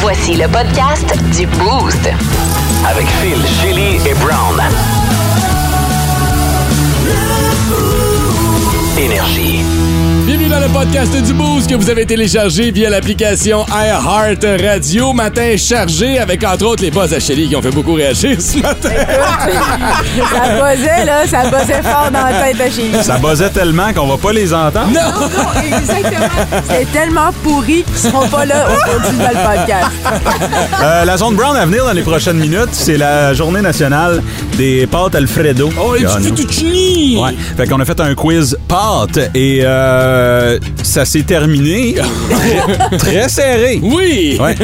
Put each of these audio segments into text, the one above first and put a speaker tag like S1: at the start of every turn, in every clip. S1: Voici le podcast du Boost.
S2: Avec Phil, Chili et Brown. Énergie.
S3: Bienvenue dans le podcast du Boost que vous avez téléchargé via l'application iHeart Radio. Matin chargé avec entre autres les buzz à Chélie qui ont fait beaucoup réagir ce matin.
S4: ça buzzait, là, ça buzzait fort dans la tête de chez lui.
S5: Ça buzzait tellement qu'on va pas les entendre.
S4: Non, non, exactement. C'est tellement pourri qu'ils seront pas là aujourd'hui dans le podcast.
S5: Euh, la zone brown à venir dans les prochaines minutes, c'est la journée nationale des pâtes Alfredo.
S3: Oh, les
S5: Gagne.
S3: petits fettuccini!
S5: Ouais. Fait qu'on a fait un quiz pâtes et euh, ça s'est terminé très serré.
S3: Oui!
S5: Ouais.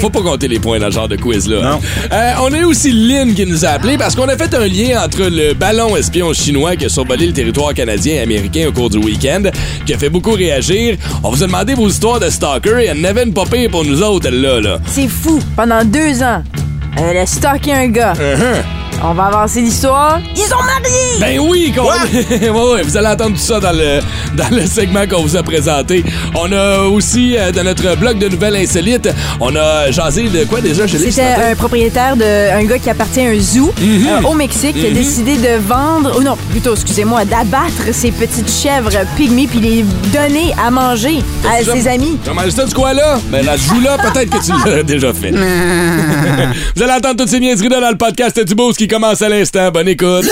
S3: Faut pas compter les points dans ce genre de quiz-là.
S5: Non.
S3: Euh, on a eu aussi Lynn qui nous a appelé parce qu'on a fait un lien entre le ballon espion chinois qui a survolé le territoire canadien et américain au cours du week-end, qui a fait beaucoup réagir. On vous a demandé vos histoires de stalker et elle n'avait une pas pire pour nous autres, elle-là. Là.
S4: C'est fou. Pendant deux ans, euh, elle a stocké un gars. On va avancer l'histoire. Ils sont mariés!
S3: Ben oui, qu'on- Ouais, ouais, vous allez entendre tout ça dans le, dans le segment qu'on vous a présenté. On a aussi, euh, dans notre blog de nouvelles insolites, on a jasé de quoi déjà chez les
S4: C'était
S6: euh,
S4: un propriétaire de un gars qui appartient à un zoo euh, au Mexique qui a décidé de vendre, ou non, plutôt, excusez-moi, d'abattre ses petites chèvres pygmées puis les donner à manger à ses amis.
S3: Comment ça, du quoi là? Ben, la joue là, peut-être que tu l'as déjà fait. vous allez entendre toutes ces niaiseries-là dans le podcast du Boost qui commence à l'instant. Bonne écoute.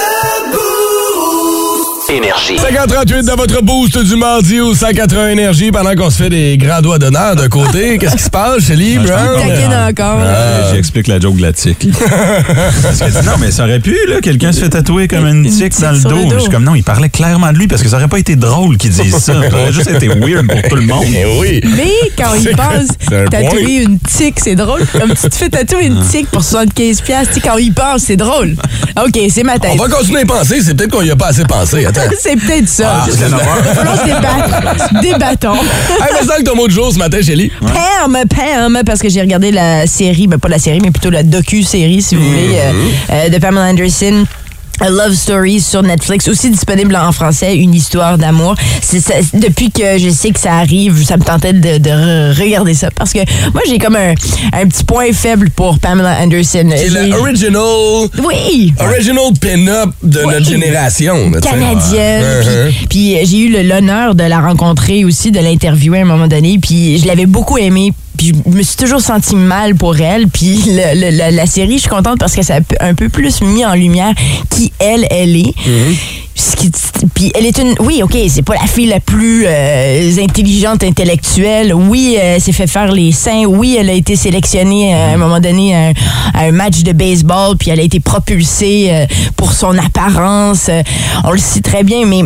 S2: Énergie.
S3: 538 dans votre boost du mardi au 180 énergie pendant qu'on se fait des grands doigts d'honneur d'un côté. Qu'est-ce qui se passe, Shelly,
S5: je
S3: Brown?
S5: t'en
S4: Taquine encore.
S5: Euh, J'explique la joke de la tique. Parce que, non, mais ça aurait pu, là. Quelqu'un se fait tatouer comme une, tique dans le
S4: sur
S5: dos.
S4: le dos.
S5: Je suis comme, non, il parlait clairement de lui parce que ça aurait pas été drôle qu'il dise ça. Ça aurait juste été weird pour tout le monde.
S3: oui.
S6: Mais quand il pense
S3: c'est un point.
S6: tatouer une tique, c'est drôle. Comme tu te fais tatouer une tique pour 75$, tu sais, quand il pense, c'est drôle. OK, c'est ma
S3: On
S6: tête.
S3: va continuer à y penser, c'est peut-être qu'on y a pas assez pensé. Attends.
S6: C'est peut-être ça.
S3: Ah,
S5: Jusqu'à
S6: Il
S5: 9
S6: va
S5: heures.
S6: falloir se débattre. Débattons.
S3: hey, mais ça que ton mot de jour ce matin, Shelly.
S6: Perm, Perm, parce que j'ai regardé la série, ben pas la série, mais plutôt la docu-série, si vous
S3: Mm-hmm.
S6: voulez, euh, euh, de Pamela Anderson. A Love Story sur Netflix, aussi disponible en français, une histoire d'amour. C'est ça- Depuis que je sais que ça arrive, ça me tentait de, de re- regarder ça parce que moi j'ai comme un, un petit point faible pour Pamela Anderson.
S3: C'est
S6: J'ai-
S3: la Ah, original,
S6: Oui,
S3: original pin-up de
S6: Oui.
S3: notre génération. là, tu sais.
S6: canadienne.
S3: Uh-huh.
S6: Puis- Puis euh, j'ai eu le- l'honneur de la rencontrer aussi, de l'interviewer à un moment donné. Puis je l'avais beaucoup aimée. Puis je me suis toujours senti mal pour elle. Puis le- le- la, la série, je suis contente parce que ça a p- un peu plus mis en lumière qui elle, elle est. Ce qui- Puis elle est une. Oui, OK, c'est pas la fille la plus euh, intelligente, intellectuelle. Oui, euh, elle s'est fait faire les seins. Oui, elle a été sélectionnée euh, à un moment donné à un, à un match de baseball. Puis elle a été propulsée euh, pour son apparence. Euh, On le sait très bien, mais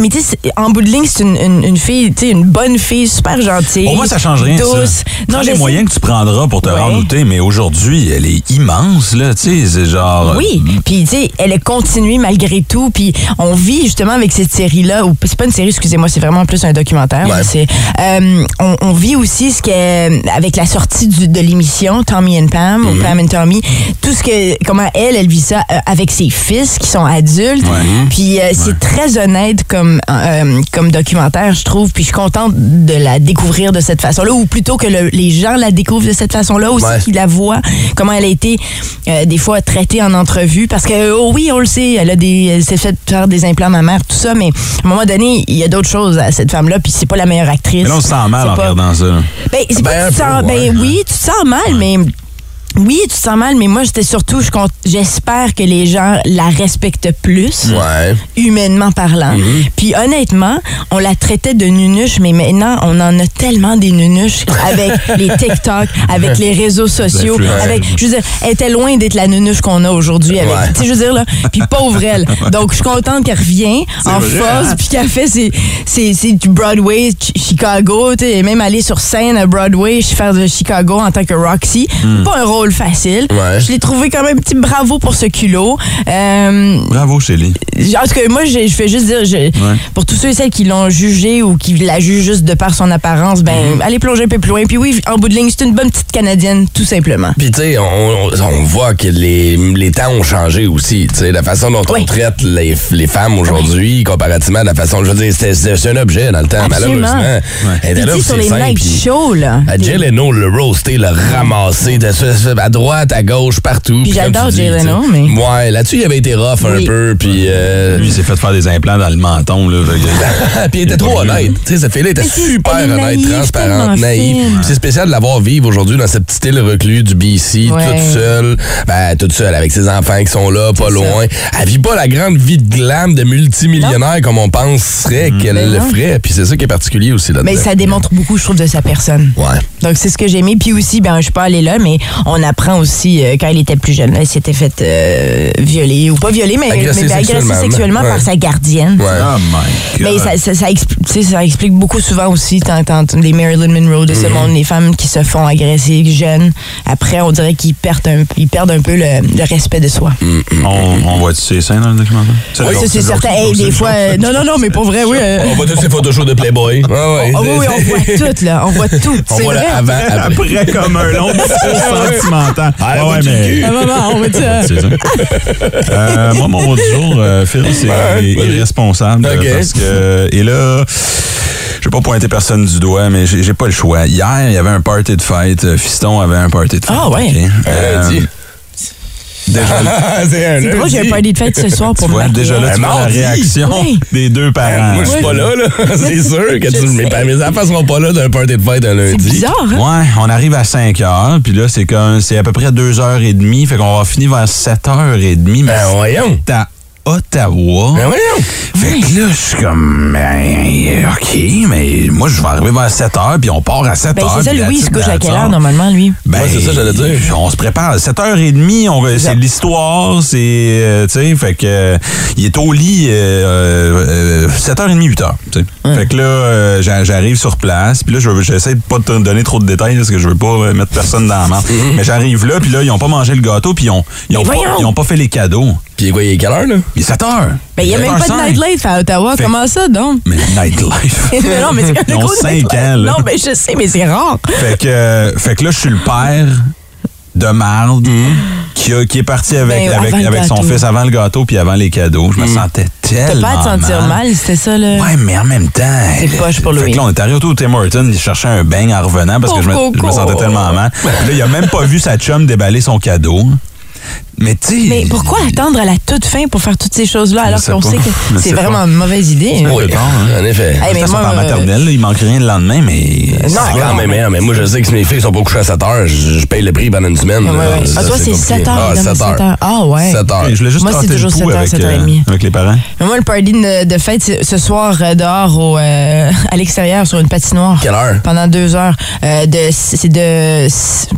S6: mais tu sais, c'est- en bout de ligne, c'est une, une, une fille, tu sais, une bonne fille, super gentille.
S5: Pour moi, ça change rien,
S6: douce.
S5: ça.
S6: Non,
S5: Prends
S6: je
S5: les
S6: sais.
S5: moyens que tu prendras pour te
S6: Ouais.
S5: rendre où t'es, mais aujourd'hui, elle est immense, là. Tu Mm. sais, c'est genre... euh,
S6: Oui, puis tu sais, elle a continué malgré tout, puis on vit justement avec cette série-là, ou c'est pas une série, excusez-moi, c'est vraiment plus un documentaire.
S3: Ouais.
S6: mais c'est, euh, on, on vit aussi ce que, avec la sortie du- de l'émission Tommy and Pam,
S5: Mm-hmm.
S6: ou Pam and Tommy, tout ce que, comment elle, elle vit ça euh, avec ses fils qui sont adultes,
S5: Ouais.
S6: puis euh, c'est très honnête comme, euh, comme documentaire, je trouve, puis je suis contente de la découvrir de cette façon-là, ou plutôt que le- les gens la découvrent de cette façon-là, aussi
S3: Ouais.
S6: qu'ils la voient, comment elle a été euh, des fois traitée en entrevue, parce que oh oui, on le sait, elle a des, elle s'est fait faire des implants mammaires, tout ça, mais à un moment donné, il y a d'autres choses à cette femme-là, puis c'est pas la meilleure actrice.
S5: Mais là, on se sent mal
S6: C'est
S5: en
S6: pas-
S5: regardant ça. là.
S6: ben,
S3: Ben,
S6: c'est pas que tu
S3: un
S6: sens-
S3: peu, ouais.
S6: ben oui, tu te sens mal, mais. Oui, tu te sens mal, mais moi, j'étais surtout, je compte- j'espère que les gens la respectent plus
S3: Uh-huh. Ouais.
S6: humainement parlant.
S3: Mhm.
S6: Puis honnêtement, on la traitait de nunuche, mais maintenant, on en a tellement des nunuches avec les TikTok, avec les réseaux
S3: Ben,
S6: sociaux,
S5: L'influence.
S6: avec, je veux dire, elle était loin d'être la nunuche qu'on a aujourd'hui avec,
S3: Ouais.
S6: tu sais, je veux dire, là, puis pauvre elle. Donc, je suis contente qu'elle revient en
S3: vrai.
S6: force, puis qu'elle fait ses, ses- ses- du Broadway, Chi-
S3: Hmm.
S6: Chicago, tu sais, et même aller sur scène à Broadway, je suis faire de Chicago en tant que Roxy. Pas un rôle le facile.
S7: Ouais.
S6: Je l'ai trouvé quand même petit bravo pour ce culot. Euh,
S5: Bravo, Shelly.
S6: en tout cas, moi, je, je fais juste dire, je- pour tous ceux et celles qui l'ont jugé ou qui la jugent juste de par son apparence, ben,
S3: Mhm.
S6: allez plonger un peu plus loin. Puis oui, en bout de ligne, c'est une bonne petite Canadienne, tout simplement.
S3: Puis, tu sais, on, on- on voit que les, les temps ont changé aussi. Tu sais, la façon dont on
S6: Oui.
S3: traite les, les femmes aujourd'hui, comparativement à la façon. Je veux dire, c'était- c'était c'est un objet dans le temps,
S6: Absolument.
S3: malheureusement. Elle était
S6: Puis,
S3: Eh ben là
S6: tu sais,
S3: pour
S6: sur
S3: ses
S6: les
S3: seins,
S6: night
S3: puis- Ah,
S6: shows, là.
S3: À Jay Leno, le roasté, le ramassé, de, ce- à droite, à gauche, partout.
S6: Puis
S3: Puis comme
S6: j'adore
S3: tu dis,
S6: Jay Leno,
S3: tu sais,
S6: mais-
S3: Ouais, là-dessus, il avait été rough un
S6: Oui. Mm.
S3: peu, puis... euh,
S5: Lui, il s'est fait faire des implants dans le menton, là. fait que-
S3: puis il était trop honnête. Tu sais, cette fille-là était
S6: Mais c'est-
S3: super
S6: elle est
S3: honnête,
S6: naïve,
S3: transparente,
S6: tellement
S3: naïve.
S6: fine.
S3: Puis C'est spécial de l'avoir vivre aujourd'hui dans cette petite île reclue du BC,
S6: Ouais.
S3: toute seule. Ben, toute seule, avec ses enfants qui sont là, pas loin. Elle vit pas la grande vie de glam de multimillionnaire comme on penserait qu'elle le
S6: non.
S3: ferait. Puis c'est ça qui est particulier aussi là-dedans.
S6: Mais ben, ça démontre beaucoup, je trouve, de sa personne.
S3: Ouais.
S6: Donc, c'est ce que j'ai aimé. Puis aussi, ben, je suis pas allée là, mais on apprend aussi, euh, quand elle était plus jeune, elle s'était faite euh, violer, ou pas violer, mais
S3: Agresser
S6: mais- mais
S3: sexuellement.
S6: sexuellement
S3: Ouais.
S6: par sa gardienne.
S3: Ouais.
S5: Oh my God.
S6: Mais Ben, ça, ça, ça expl- tu sais, ça explique beaucoup souvent aussi, tant, tant, les Marilyn Monroe de ce
S5: Mhm.
S6: monde, les femmes qui se font agresser jeunes. Après, on dirait qu'ils perdent un, ils perdent un peu le, le respect de soi.
S5: On, on voit-tu ces scènes dans le documentaire?
S6: Oui, ça, c'est certain. Hey, des fois, euh, non, non, non, mais pour vrai, oui. euh,
S3: On voit tous ces photos chaudes de Playboy. Ouais, ouais.
S6: ah oui, oui, on voit tout, là. On voit tout.
S3: On
S6: C'est
S3: voit le
S6: vrai.
S3: avant, après.
S5: Après, comme un long discours sentimental.
S3: Ah, ouais, mais-
S6: Ah, non, non, on voit tout.
S5: C'est ça. Euh, moi, mon mot du jour, euh, Phil, c'est irresponsable. euh,
S3: Ben, Ok.
S5: Parce que, et là, je vais pas pointer personne du doigt, mais j'ai j'ai pas le choix. Hier, il y avait un party de fête. euh, Fiston avait un party de fête.
S6: Ah, ouais.
S5: ok?
S3: Un
S5: Euh,
S3: lundi.
S5: déjà, là,
S3: ah, c'est un
S6: C'est drôle, j'ai un
S3: lundi.
S6: party de fête ce soir
S5: tu
S6: pour
S5: vois,
S6: moi.
S5: déjà là, tu
S3: Un
S5: vois la
S3: Eh, mardi. Eh,
S5: réaction
S6: Oui.
S5: des deux parents.
S3: Ah, Moi, je suis pas là, là. C'est sûr que tu- mes, pa- mes enfants seront pas là d'un party de fête un
S6: C'est
S3: lundi.
S6: bizarre, hein?
S3: Ah,
S5: Ouais, on arrive à 5 heures, puis là, c'est comme, c'est à peu près 2h30, fait qu'on va finir vers 7h30, mais
S3: Ben voyons.
S5: c'est à Ottawa.
S3: Ben voyons.
S5: Fait que là, je suis comme, ben, OK, mais moi, je vais arriver vers 7 heures, puis on part à 7
S6: Ben,
S5: heures.
S6: c'est ça,
S5: puis
S6: Louis, il
S5: that's
S6: se
S5: it,
S6: couche à
S5: that's
S6: quelle heure
S5: all.
S6: normalement, lui?
S5: Ben,
S3: Ouais, c'est ça, j'allais dire.
S5: On se prépare. 7h30, on, c'est l'histoire, c'est. euh, tu sais, fait que. euh, il est au lit euh, euh, 7h30, 8h. tu sais. Fait que là, euh, j'a- j'arrive sur place, puis là, je- j'essaie de pas te donner trop de détails, là, parce que je veux pas euh, mettre personne dans la merde. Mais j'arrive là, puis là, ils ont pas mangé le gâteau, puis ils ont, ils ont,
S6: Mais
S5: pas,
S6: voyons!
S5: ils ont pas fait les cadeaux.
S3: Puis quoi, il est quelle heure, là?
S5: Il est 7h.
S6: Ben, il n'y a même pas de nightlife à Ottawa.
S5: Fait-
S6: Comment ça, donc?
S5: Mais nightlife.
S6: Mais non, mais c'est comme
S5: Ils
S6: le
S5: ont
S6: gros
S5: cinq
S6: nightlife.
S5: ans, là.
S6: Non, ben, je sais, mais c'est rare.
S5: Fait que, euh, fait que là, je suis le père de marde qui, a- qui est parti avec,
S6: Mm-hmm. Ben,
S5: avec,
S6: avant le
S5: avec son
S6: gâteau. Mm-hmm.
S5: fils avant le gâteau puis avant les cadeaux. Je me sentais
S6: T'as
S5: tellement
S6: pas à te sentir mal, c'était ça, là.
S5: Ouais, mais en même temps. euh,
S6: C'est poche pour
S5: Fait
S6: Louis.
S5: que là, on est arrivé autour de Tim Horton, il cherchait un bain en revenant parce que je me,
S6: Oh,
S5: je me
S6: coco.
S5: sentais tellement mal. Puis là, il a même pas vu sa chum déballer son cadeau. Mais tu sais.
S6: Mais pourquoi attendre à la toute fin pour faire toutes ces choses-là alors
S5: sais
S6: qu'on
S5: pas.
S6: sait
S5: Je
S6: que c'est
S5: sais pas.
S6: vraiment une mauvaise idée? hein?
S3: Oui, en effet.
S6: Hey,
S5: De
S6: mais
S5: toute façon,
S6: moi,
S5: t'es
S6: euh,
S5: en maternelle, là, il manque rien le lendemain, mais.
S3: C'est quand même, hein, mais moi, je sais que si mes filles sont pas couchées à 7 heures, je, je paye le prix pendant une semaine.
S6: Ouais,
S3: là.
S6: ouais.
S3: Ça,
S6: Ah, toi, c'est
S3: compliqué.
S6: 7 heures,
S3: Ah,
S6: évidemment,
S3: 7 heures.
S6: 7 heures. Ah, ouais.
S3: 7 heures.
S5: Je voulais juste
S6: Moi, c'est
S5: tenter le
S6: toujours
S5: pouls
S6: 7 heures,
S5: avec, euh,
S6: 7h30.
S5: avec les parents.
S6: Mais moi, le party de, de fête, c'est ce soir, euh, dehors, au, euh, à l'extérieur, sur une patinoire.
S3: Quelle heure?
S6: Pendant deux heures. Euh, de, c'est de.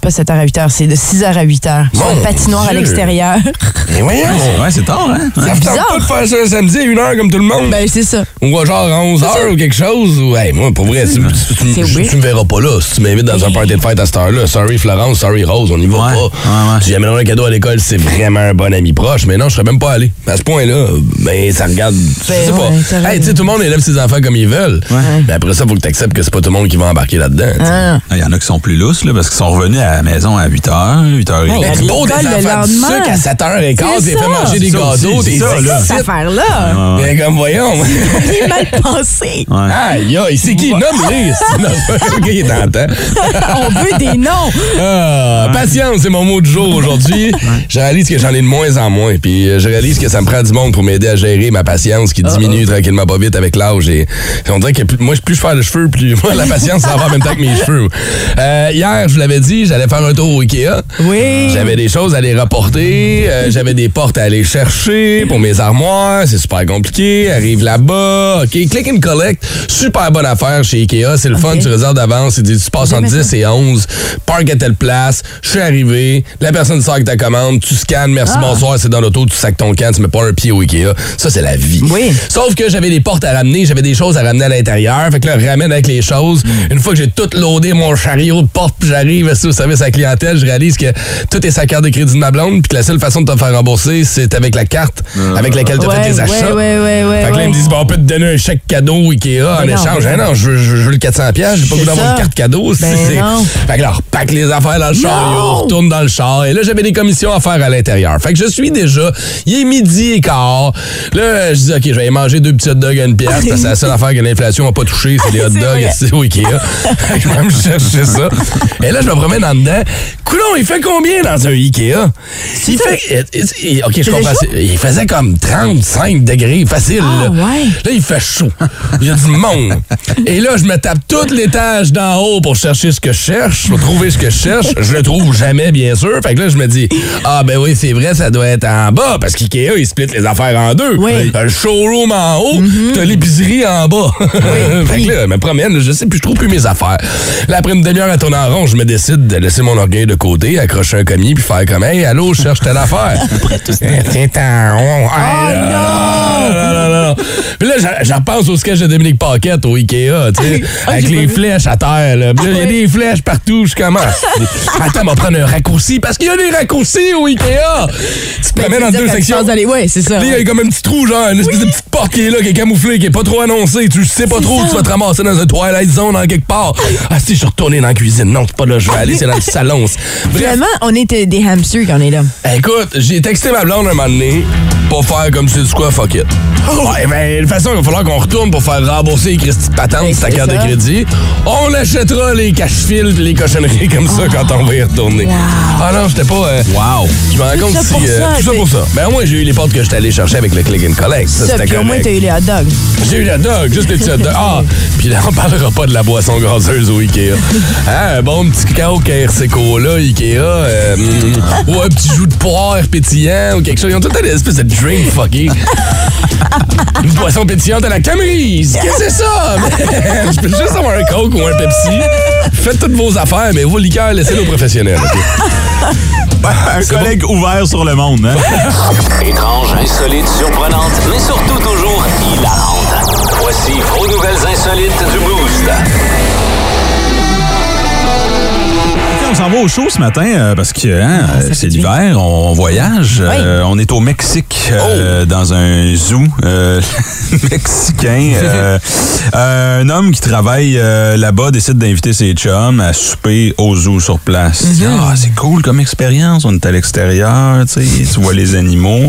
S6: Pas 7h à 8h, c'est de 6h à 8h. Sur
S3: Mon
S6: une patinoire à
S3: Dieu!
S6: l'extérieur.
S3: Mais voyons.
S5: Ouais, c'est tard, hein?
S3: Ça
S6: bizarre.
S3: tente pas de faire ça un samedi à 1 heure comme tout le monde.
S6: ben, c'est ça.
S3: Ou à genre à 11 heures ou quelque chose. Ou, hey, moi, pour vrai, tu, tu- tu-
S6: C'est
S3: tu-
S6: weird.
S3: tu me verras pas là. Si tu m'invites dans un party de fête à cette heure-là, sorry Florence, sorry Rose, on y va
S5: Ouais,
S3: pas.
S5: ouais, ouais.
S3: Tu y amèneras un cadeau à l'école, c'est vraiment un bon ami proche. Mais non, je serais même pas allé. À ce point-là, ben, ça regarde.
S6: Ben
S3: je sais
S6: ouais, t'as
S3: pas.
S6: raison.
S3: Hey, tu sais, tout le monde élève ses enfants comme ils veulent. Mais après ça, faut que tu acceptes que c'est pas tout le monde qui va embarquer là-dedans. tu sais.
S6: Hein?
S5: Ah, Il y en a qui sont plus lousses, là, parce qu'ils sont revenus à la maison à 8h, 8h30.
S6: Ouais,
S3: Tu poses
S6: l'école
S3: des
S6: le
S3: enfants du
S6: lendemain.
S3: sucre à 7h15,
S6: C'est
S3: t'es fait
S6: ça.
S3: manger des
S5: C'est ça aussi,
S3: gâteaux,
S5: c'est
S3: t'es
S5: ça, là.
S6: Cette affaire-là.
S3: Ben, comme voyons.
S6: Il est mal pensé.
S5: Ouais.
S3: Aïe, aïe, c'est qui? Nomme-les! Non, c'est pas- il est tentant.
S6: On veut des noms.
S3: Ah, patience, c'est mon mot du jour aujourd'hui. Je réalise que j'en ai de moins en moins. Puis euh, je réalise que ça me prend du monde pour m'aider à gérer ma patience qui diminue tranquillement pas vite avec l'âge. Et puis on dirait que plus, moi, plus je perds de cheveux, plus moi, la patience s'en va en même temps que mes cheveux. Euh, hier, je vous l'avais dit, j'allais faire un tour au Ikea.
S6: Oui.
S3: J'avais des choses à les rapporter. commander, euh, j'avais des portes à aller chercher pour mes armoires, c'est super compliqué, arrive là-bas, OK, click and collect, super bonne affaire chez Ikea, c'est le fun,
S6: OK.
S3: tu réserves d'avance, il dit tu passes entre 10 et 11, park à telle place, je suis arrivé, la personne sort avec ta commande, tu scannes, merci, bonsoir, c'est dans l'auto, tu sacs ton camp, tu mets pas un pied au Ikea, ça c'est la vie.
S6: Oui.
S3: Sauf que j'avais des portes à ramener, j'avais des choses à ramener à l'intérieur. Fait que là, je ramène avec les choses.
S6: Mm.
S3: Une fois que j'ai tout loadé mon chariot de porte, puis j'arrive au service à la clientèle, je réalise que tout est sa carte de crédit de ma blonde, puis que la seule façon de te faire rembourser, c'est avec la carte avec laquelle tu as fait
S6: Ah. Ouais,
S3: tes
S6: ouais,
S3: achats.
S6: ouais, ouais, ouais,
S3: fait que là, ils me disent, bon, on peut te donner un chèque cadeau Ikea en
S6: non,
S3: échange.
S6: ben
S3: Ah non, je veux, je veux le 400$, piastres, j'ai pas
S6: C'est
S3: voulu avoir
S6: ça.
S3: une carte cadeau.
S6: Ben
S3: c'est-
S6: non.
S3: fait que là, on repack les affaires dans le char,
S6: Non!
S3: on retourne dans le char. Et là, j'avais des commissions à faire à l'intérieur. Fait que je suis déjà, il est midi et quart. Là, je dis, OK, je vais aller manger deux petits hot dogs à une pièce, parce que c'est la seule affaire que l'inflation n'a pas touché, c'est les hot
S6: C'est
S3: dogs,
S6: vrai.
S3: c'est au Ikea. Fait que je vais me chercher ça. Et là, je me promène en dedans. Coulon, il fait combien dans un Ikea? Il
S6: ça.
S3: fait, eh, eh, OK, je
S6: C'est
S3: comprends.
S6: chaud?
S3: c'est- Il faisait comme 35 degrés, facile.
S6: Ah,
S3: là.
S6: ouais.
S3: Là, il fait chaud. Il y a du monde. Et là, je me tape tout l'étage d'en haut pour chercher ce que je cherche, pour trouver ce que je cherche. Je le trouve jamais, bien sûr. Fait que là, je me dis, ah ben oui, c'est vrai, ça doit être en bas, parce qu'IKEA, il split les affaires en deux.
S6: Oui.
S3: T'as le showroom en haut, puis t'as l'épicerie en bas. fait que là, je me promène, je sais plus, je trouve plus mes affaires. Là, après une demi-heure à tourner en rond, je me décide de laisser mon orgueil de côté, accrocher un commis, puis faire comme, hey, allô, je cherche telle affaire. Après tout en rond. Hey, ah, là, là, là, là. Puis là, j'en- j'en pense au sketch de Dominique Paquette au Ikea, tu sais, avec les flèches à terre. Là, Puis là, il y a des flèches partout, je commence. Attends, on va prendre un raccourci parce qu'il y a des raccourcis au Ikea. Tu
S6: Ben,
S3: te promènes en deux sections.
S6: Oui, c'est ça.
S3: Puis là, il y a comme un petit trou, genre, une espèce de petite porte qui est là, qui est camouflée, qui est pas trop annoncée. Tu sais pas trop, où tu vas te ramasser dans un Twilight Zone en quelque part. Ah, si, je suis retourné dans la cuisine. Non, c'est pas là, que je vais aller, c'est dans le salon. Bref,
S6: Vraiment, on était des hamsters quand on est là.
S3: Écoute, j'ai texté ma blonde un moment donné pour faire comme c'est du quoi, fuck it. Ouais, ben, de toute façon, il va falloir qu'on retourne pour faire rembourser les Christy de patente de sa
S6: Ben, c'est
S3: carte de
S6: ça.
S3: crédit. On achètera les cache-fils pis les cochonneries comme ça quand on va y retourner. Ah non, j'étais pas. euh,
S5: Wow.
S3: Je me rends compte
S6: ça
S3: si.
S6: pour
S3: euh,
S6: ça,
S3: tout ça
S6: t'es-
S3: pour ça. Ben, au moins, j'ai eu les portes que j'étais allé chercher avec le click and collect. Ça,
S6: Ça,
S3: c'était
S6: puis au moins,
S3: correct.
S6: t'as eu les hot dogs.
S3: J'ai eu la dog, juste le petit hot dog. Ah, puis là, on parlera pas de la boisson gazeuse au Ikea. Hein, un bon petit cacao KRC Cola, Ikea, euh, mm, ou un petit jus de poire pétillant ou quelque chose. Ils ont tout le temps des espèces de drink fucking. Une boisson pétillante à la Camerise. Qu'est-ce que c'est ça? man? Je peux juste avoir un Coke ou un Pepsi. Faites toutes vos affaires, mais vos liqueurs, laissez-les aux professionnels. ok?
S5: ben, Un collègue ouvert sur le monde. Hein?
S8: Étrange, insolite, surprenante, mais surtout toujours hilarante. Voici vos nouvelles insolites du Boost.
S5: On s'en va au show ce matin euh, parce que hein, euh, c'est l'hiver, on voyage. Euh, on est au Mexique, euh, dans un zoo euh, mexicain. Euh, euh, un homme qui travaille euh, là-bas décide d'inviter ses chums à souper au zoo sur place. Il dit, Ah, c'est cool comme expérience, on est à l'extérieur, tu sais, tu vois les animaux.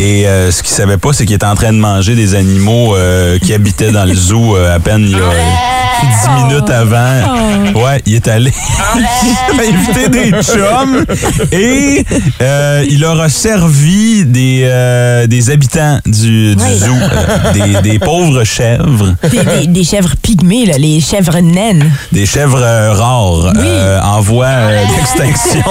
S5: Et euh, ce qu'il savait pas, c'est qu'il était en train de manger des animaux euh, qui habitaient dans le zoo euh, à peine il y a 10 minutes avant. Ouais, il est allé. il a invité des chums et euh, il leur a servi des, euh, des habitants du, du zoo, euh, des, des pauvres chèvres,
S6: Des, des- des chèvres pygmées, là, les chèvres naines.
S5: des chèvres euh, rares euh, en voie euh, d'extinction.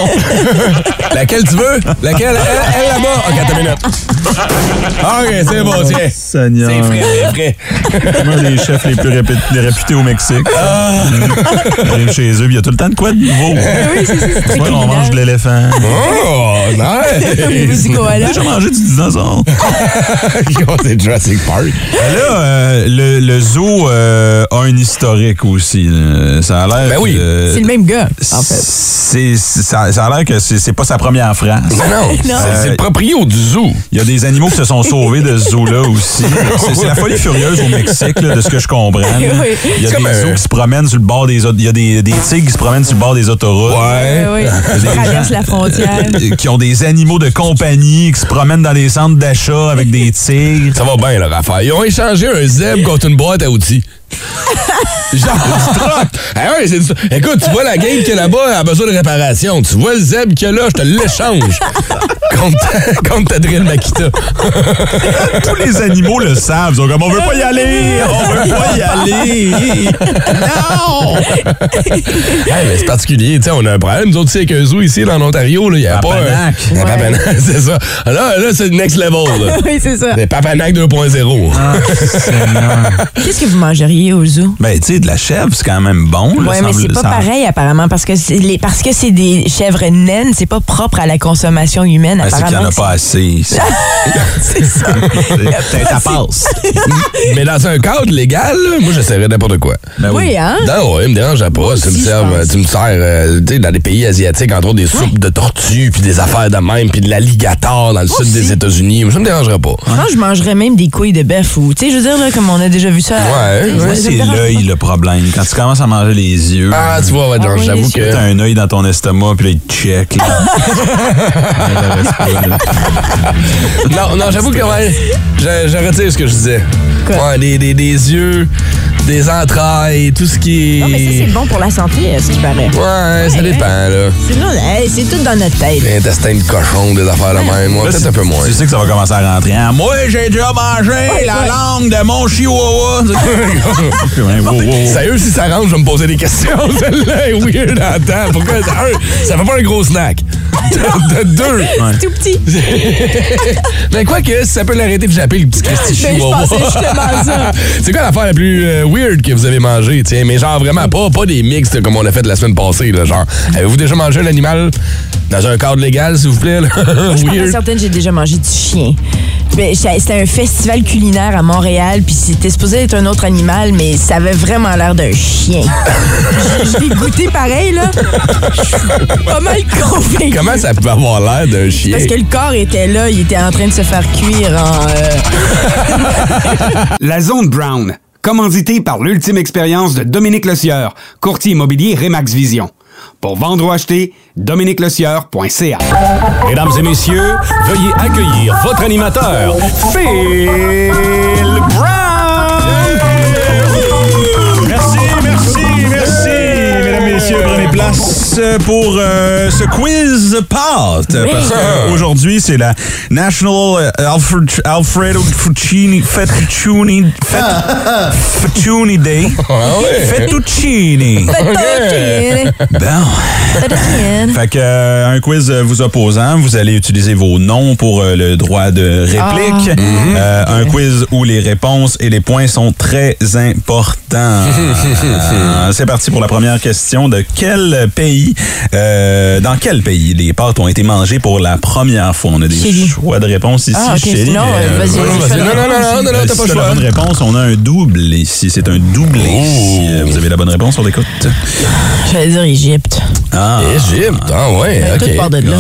S3: Laquelle tu veux? Laquelle? Elle, elle là-bas? Ok, attends une minute. Ok, c'est bon, tiens.
S5: Seigneur.
S3: C'est frais, c'est frais.
S5: Un des chefs les plus répé- les réputés au Mexique. Ah. On arrive chez eux, puis il y a tout le temps de quoi de nouveau. Oui, on mange de l'éléphant.
S3: Oh, nice!
S6: Du koala.
S5: J'ai mangé du dinosaure.
S3: Yo, c'est Jurassic Park.
S5: Ben Là, euh, le, le zoo euh, a un historique aussi. là. Ça a l'air.
S3: Ben oui.
S5: euh,
S6: C'est le même gars, en fait.
S5: c'est- c'est- ça, ça a l'air que c'est c'est pas sa première phrase.
S3: Non, non, c'est- c'est le proprio du zoo.
S5: Il y a des animaux qui se sont sauvés de ce zoo-là aussi. C'est- C'est la folie furieuse au Mexique, là, de ce que je comprends. là.
S6: Oui.
S5: Il y a
S3: C'est comme
S5: des
S3: un-
S5: zoos qui se promènent sur le bord des autres. Il y a des, des tigres qui se promènent sur le bord des autoroutes.
S6: Oui, oui.
S5: Il y a des
S6: Traverse
S5: gens-
S6: la frontière.
S5: euh, qui ont des animaux de compagnie, qui se promènent dans les centres d'achat avec des tigres.
S3: Ça va bien, là, Raphaël. Ils ont échangé un zèbre contre une boîte à outils. Genre, du troc. Ah ouais, c'est du- Écoute, tu vois la game qu'il y a là-bas, elle a besoin de réparation. Tu vois le zeb qu'il y a là, je te l'échange. contre, ta, contre ta drill Makita.
S5: Tous les animaux le savent. Ils sont comme, on veut pas y aller! On veut pas y aller! Non!
S3: Hey, mais c'est particulier, tu sais, on a un problème. Nous autres, c'est qu'un zoo ici, dans l'Ontario, il n'y a pas.
S5: Papanac.
S3: Un, un papanac, c'est ça. Là, là c'est le next level. Là.
S6: Oui, c'est ça.
S3: Des papanac 2.0.
S6: Qu'est-ce que vous mangeriez au zoo?
S5: Ben, tu sais, de la chèvre, c'est quand même bon. là,
S6: Ouais, mais
S5: semble-
S6: c'est pas
S5: semble-
S6: pareil apparemment parce que c'est les parce que c'est des chèvres naines, c'est pas propre à la consommation humaine
S5: Ben, c'est qu'il n'y en
S6: apparemment.
S5: a Ben pas assez. C'est ça. Ça passe.
S3: mais dans un cadre légal, là, moi, j'essaierais n'importe quoi.
S5: Ben
S6: Oui, hein?
S3: Non, ouais, il me dérange pas. Tu me
S6: aussi, je
S3: sers,
S6: pense.
S3: tu me sers euh, tu sais, dans les pays asiatiques, entre autres, des soupes de tortues, puis des affaires de même, puis de l'alligator dans le sud des États-Unis. Moi, ça me dérangerait pas.
S6: Je pense que je mangerais même des couilles de bœuf ou tu sais je veux dire là, comme on a déjà vu ça.
S3: Ouais,
S6: tu sais,
S3: ouais,
S6: ça- ça
S5: C'est
S6: me dérange
S5: l'œil le problème. Quand tu commences à manger les yeux,
S3: Ah, tu vois, ouais,
S6: Ah
S3: George,
S6: oui,
S3: j'avoue
S6: les
S3: que.
S5: t'as un œil dans ton estomac, puis là, il te check. là. Ouais, le reste, là.
S3: Non, non, j'avoue que ouais, je, je retire ce que je disais. Ouais, des, des, des yeux, des entrailles, tout ce qui est.
S6: pas. Non, mais ça hein? c'est bon pour la santé euh, à ce qui paraît.
S3: Ouais, ça dépend, là.
S6: C'est là, hey, c'est tout dans notre tête.
S3: L'intestin de cochon, des affaires de même. Moi,
S5: Là,
S3: peut-être un peu moins.
S5: Tu sais que ça va commencer à rentrer. hein. Moi, j'ai déjà mangé la langue de mon chihuahua. Ouais, wow, wow.
S3: Sérieux, si ça rentre, je vais me poser des questions. Celle-là est weird en temps. Pourquoi? Un, ça fait pas un gros snack. De, de- deux.
S6: Tout petit.
S3: Mais quoi que, ça peut l'arrêter de japper le petit Christy
S6: Ben,
S3: Chihuahua. C'est quoi l'affaire la plus euh, weird que vous avez mangée, tiens? Mais genre vraiment pas, pas des mixtes comme on a fait la semaine passée, là. Genre, avez-vous déjà mangé un animal dans un cadre légal, s'il vous plaît? là?
S6: Je suis pas
S3: weird.
S6: certaine, ben, j'ai déjà mangé du chien. Mais ça- C'était un festival culinaire à Montréal, puis c'était supposé être un autre animal, mais ça avait vraiment l'air d'un chien. Je- Je l'ai goûté pareil, là. Je suis pas mal convaincue.
S3: Comment ça peut avoir l'air d'un chien?
S6: Parce que le corps était là, il était en train de se faire cuire en... euh,
S9: La zone Brown, commandité par l'ultime expérience de Dominique Lecieur, courtier immobilier Remax Vision. Pour vendre ou acheter, dominiquelecieur.ca.
S10: Mesdames et messieurs, veuillez accueillir votre animateur, Phil Brown.
S5: Merci, merci, merci, mesdames, messieurs, prenez place pour euh, ce quiz pâte. Parce que euh, aujourd'hui, c'est la National euh, Alfred, Alfredo Fuccini, Fettuccini, Fet- Fettuccini Day.
S3: Ah ouais.
S5: Fettuccini.
S6: Fettuccine.
S5: Bon.
S6: Fettuccine.
S5: Fait que euh, un quiz euh, vous opposant, vous allez utiliser vos noms pour euh, le droit de réplique.
S3: Ah. Mm-hmm.
S5: Euh, Un quiz où les réponses et les points sont très importants. Euh, C'est parti pour la première question. De quel pays, euh, dans quel pays les pâtes ont été mangées pour la première fois On a des
S6: Chili.
S5: choix de réponse ici.
S6: Ah, ok,
S5: Chili,
S6: sinon,
S5: mais,
S6: euh,
S5: euh,
S6: vas-y,
S3: Non, non, vas-y.
S6: vas-y, fais
S3: non,
S6: la
S3: non, non, non, non,
S5: euh,
S3: t'as
S5: si
S3: pas le
S5: t'as la
S3: choix. Oh.
S5: bonne réponse, on a un double ici. C'est un doublé. Si, euh, vous avez la bonne réponse, on l'écoute.
S6: Je vais dire Égypte.
S5: Ah,
S3: Égypte, ah ouais,
S6: Tout part
S3: ok.
S6: de là.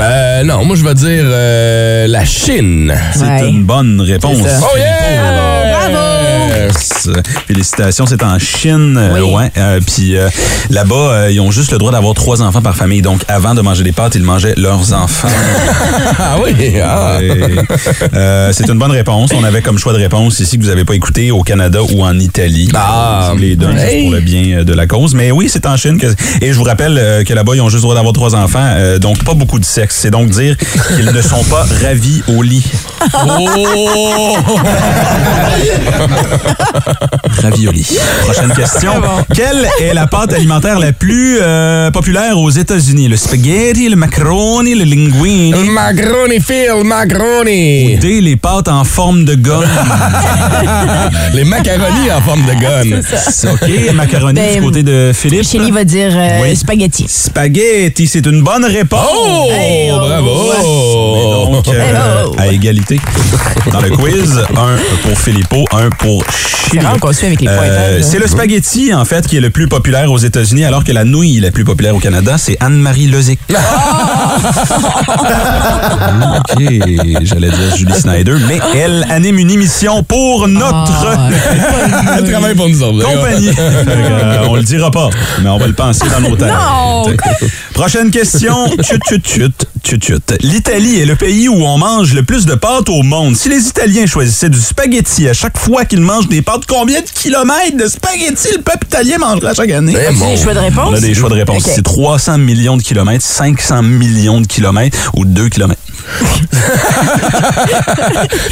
S3: Euh, non, moi je vais dire euh, la Chine.
S5: c'est
S6: Ouais.
S5: une bonne réponse.
S6: ça.
S3: Oh yeah! Bravo!
S5: Yes. Félicitations, c'est en Chine. euh,
S6: Oui.
S5: ouais. Euh, Puis euh, là-bas, euh, ils ont juste le droit d'avoir trois enfants par famille. Donc, avant de manger des pâtes, ils mangeaient leurs enfants.
S3: Ah oui, ah.
S5: Ouais. Euh, c'est une bonne réponse. On avait comme choix de réponse ici que vous n'avez pas écouté au Canada ou en Italie.
S3: Ah.
S5: Donc, les deux, juste
S3: Hey.
S5: pour le bien euh, de la cause. Mais oui, c'est en Chine. Que... Et je vous rappelle euh, que là-bas, ils ont juste le droit d'avoir trois enfants. euh, donc, pas beaucoup de sexe. C'est donc dire qu'ils ne sont pas ravis au lit.
S3: Oh!
S5: Ravioli. Prochaine question. Quelle est la pâte alimentaire la plus euh, populaire aux États-Unis? Le spaghetti, le macaroni, le linguine?
S3: Macaroni, Phil, macaroni!
S5: D, les pâtes en forme de gomme.
S3: Les macaronis en forme de gun.
S5: OK, macaroni
S6: Ben,
S5: du côté de Philippe.
S6: Chélie va dire euh,
S5: Oui.
S6: spaghetti.
S5: Spaghetti, c'est une bonne réponse.
S3: Oh!
S6: Hey, oh,
S3: bravo!
S5: Donc, euh,
S6: Hey, oh.
S5: à égalité dans le quiz, un pour Filippo, un pour
S6: C'est
S5: Chili.
S6: rare qu'on suit avec les
S5: Euh,
S6: pointages, là.
S5: C'est le spaghetti, en
S6: Oh!
S5: fait, qui est le plus populaire aux États-Unis, alors que la nouille la plus populaire au Canada, c'est Anne-Marie Lozic. OK, j'allais dire Julie Snyder, mais elle anime une émission pour notre
S6: Ah,
S3: Elle travaille pour nous autres.
S5: compagnie. Euh, on le dira pas, mais on va le penser dans nos têtes.
S6: Non!
S5: Prochaine question. Tchut, tchut, tchut, tchut, tchut. L'Italie est le pays où on mange le plus de pâtes au monde. Si les Italiens choisissaient du spaghetti à chaque fois qu'ils mangent des pâtes, combien de kilomètres de spaghetti le peuple italien mangerait chaque année?
S3: Eh, mon-
S6: Des choix de réponse?
S5: Ben, On a des choix de réponse.
S6: Ok.
S5: C'est 300 millions de kilomètres, 500 millions de kilomètres ou 2 kilomètres.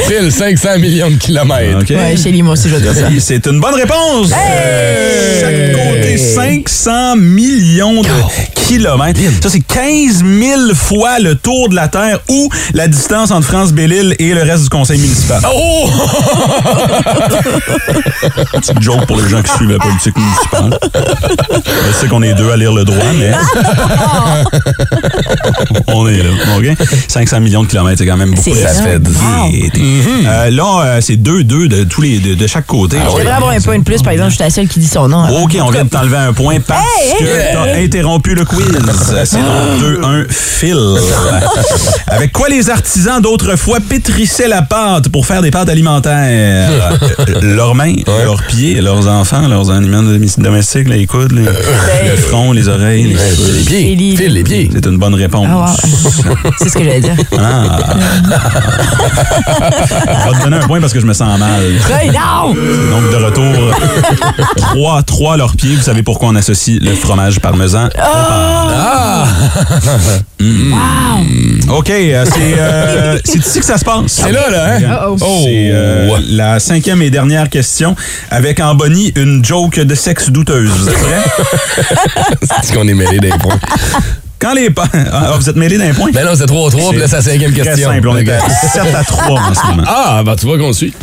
S3: Pile 500 millions de kilomètres.
S5: OK?
S6: Ouais, chez Limo, aussi, je dois dire ça.
S5: Oui, C'est une bonne réponse. Euh, Chaque côté, 500 millions de kilomètres. Ça, c'est 15 000 fois le tour de la Terre ou la distance entre France Belle-Île et le reste du conseil municipal.
S3: Oh!
S5: Petite joke pour les gens qui suivent la politique municipale. Je sais qu'on est deux à lire le droit, mais on est là. OK? 500 millions de kilomètres, c'est quand même beaucoup.
S6: C'est
S5: Ça
S6: énorme.
S5: fait des- des-
S3: Mhm.
S5: Euh, Là, euh, c'est deux, deux de tous les de, de chaque côté.
S3: Ah
S6: Je devrais avoir un point de plus, par exemple, je suis la seule qui dit son nom.
S5: OK, on vient de t'enlever un point parce que t'as interrompu le quiz. C'est
S3: Ah.
S5: donc 2-1 fil. Avec quoi les artisans d'autrefois pétrissaient la pâte pour faire des pâtes alimentaires? Euh, Leurs mains, leurs pieds, leurs enfants, leurs animaux domi- domestiques, les coudes, les, le front, les oreilles, les
S3: Eh,
S5: cheveux.
S3: Les pieds.
S6: Élie.
S3: File les pieds.
S5: C'est une bonne réponse.
S6: Ah, wow. C'est ce que j'allais dire.
S5: Ah. Je vais te donner un point parce que je me sens mal.
S6: Hey, non!
S5: Donc, de retour, euh, 3, 3 leurs pieds. Vous savez pourquoi on associe le fromage parmesan
S3: Oh!
S5: au
S3: Ah!
S5: pain. OK, euh, c'est euh, c'est ici que ça se passe.
S3: C'est là, là, hein? Oh!
S5: Euh, C'est euh, la cinquième et dernière question avec en Bonnie une joke de sexe douteuse. Vous êtes prêts?
S3: Est-ce qu'on est mêlé des points?
S5: Quand les pa- Ah, vous êtes mêlés d'un point?
S3: Ben non, c'est 3-3, puis là, c'est la cinquième
S5: Très
S3: question.
S5: simple, on est
S3: Ok.
S5: à 7 à 3 en ce moment.
S3: Ah, ben tu vois qu'on suit.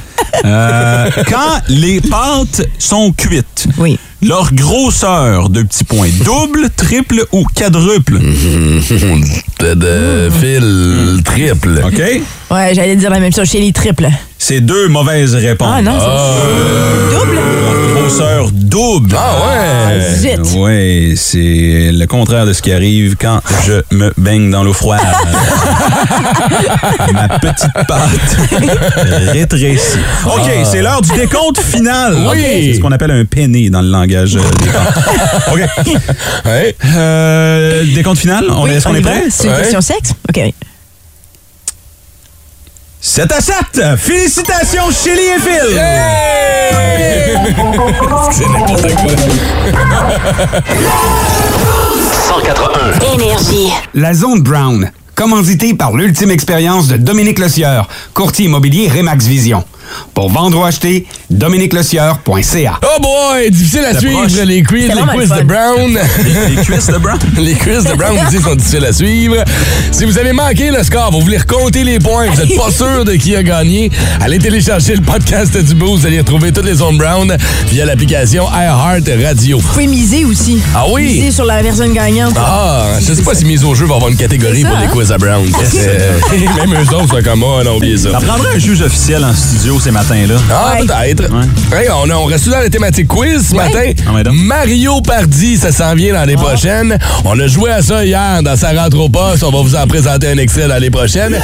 S5: Euh, quand les pâtes sont cuites,
S6: Oui.
S5: leur grosseur de petits points, double, triple ou quadruple.
S3: Mhm. De, de fil triple.
S5: OK?
S6: Ouais, j'allais dire la même chose chez les triples.
S5: C'est deux mauvaises réponses. Euh,
S6: Ah non,
S5: Leur grosseur double.
S3: Ah ouais!
S6: c'est zut.
S5: Oui, c'est le contraire de ce qui arrive quand je me baigne dans l'eau froide. Ma petite pâte rétrécit. OK, c'est l'heure du décompte final.
S3: Ah. Oui.
S5: C'est ce qu'on appelle un penny dans le langage euh, des pâtes. OK.
S3: Ouais.
S5: Euh, décompte final, on est- est-ce qu'on est prêt?
S6: Ah, C'est une
S3: Ouais.
S6: question sexe? OK.
S5: 7 à 7! Félicitations, Chili et Phil!
S3: C'est n'importe quoi.
S8: 181.
S2: Énergie.
S9: La Zone Brown, commanditée par l'ultime expérience de Dominique Lecieur, courtier immobilier Remax Vision. Pour vendre ou acheter, dominiquelecieur.ca.
S3: Oh boy! Difficile à
S5: proche.
S3: suivre, les quiz,
S6: C'est
S3: les
S6: vraiment
S3: quiz
S6: le fun.
S3: de Brown.
S5: Les cuisses de Brown.
S3: Les quiz de Brown vous disent sont difficiles à suivre. Si vous avez manqué le score, vous voulez recompter les points, vous n'êtes pas sûr de qui a gagné, allez télécharger le podcast du Boost. Vous allez retrouver toutes les zones Brown via l'application iHeart Radio.
S6: Vous pouvez miser aussi.
S3: Ah oui?
S6: Miser sur la personne gagnante.
S3: Ah, je sais pas si Mise au jeu va avoir une catégorie
S6: C'est ça,
S3: pour les
S6: hein?
S3: quiz à Brown. Euh, Même eux autres sont comme, oh, non, oubliez ça.
S5: Ça prendrait un juge officiel en studio ces matins-là.
S3: Ah,
S6: Ouais.
S3: peut-être.
S5: Ouais.
S3: Hey, on, a- on reste dans la thématique quiz ce matin.
S5: Ah, ouais, donc. Ah.
S3: Mario Pardi, ça s'en vient l'année prochaine. On a joué à ça hier dans sa rentre au poste. On va vous en présenter un extrait l'année prochaine.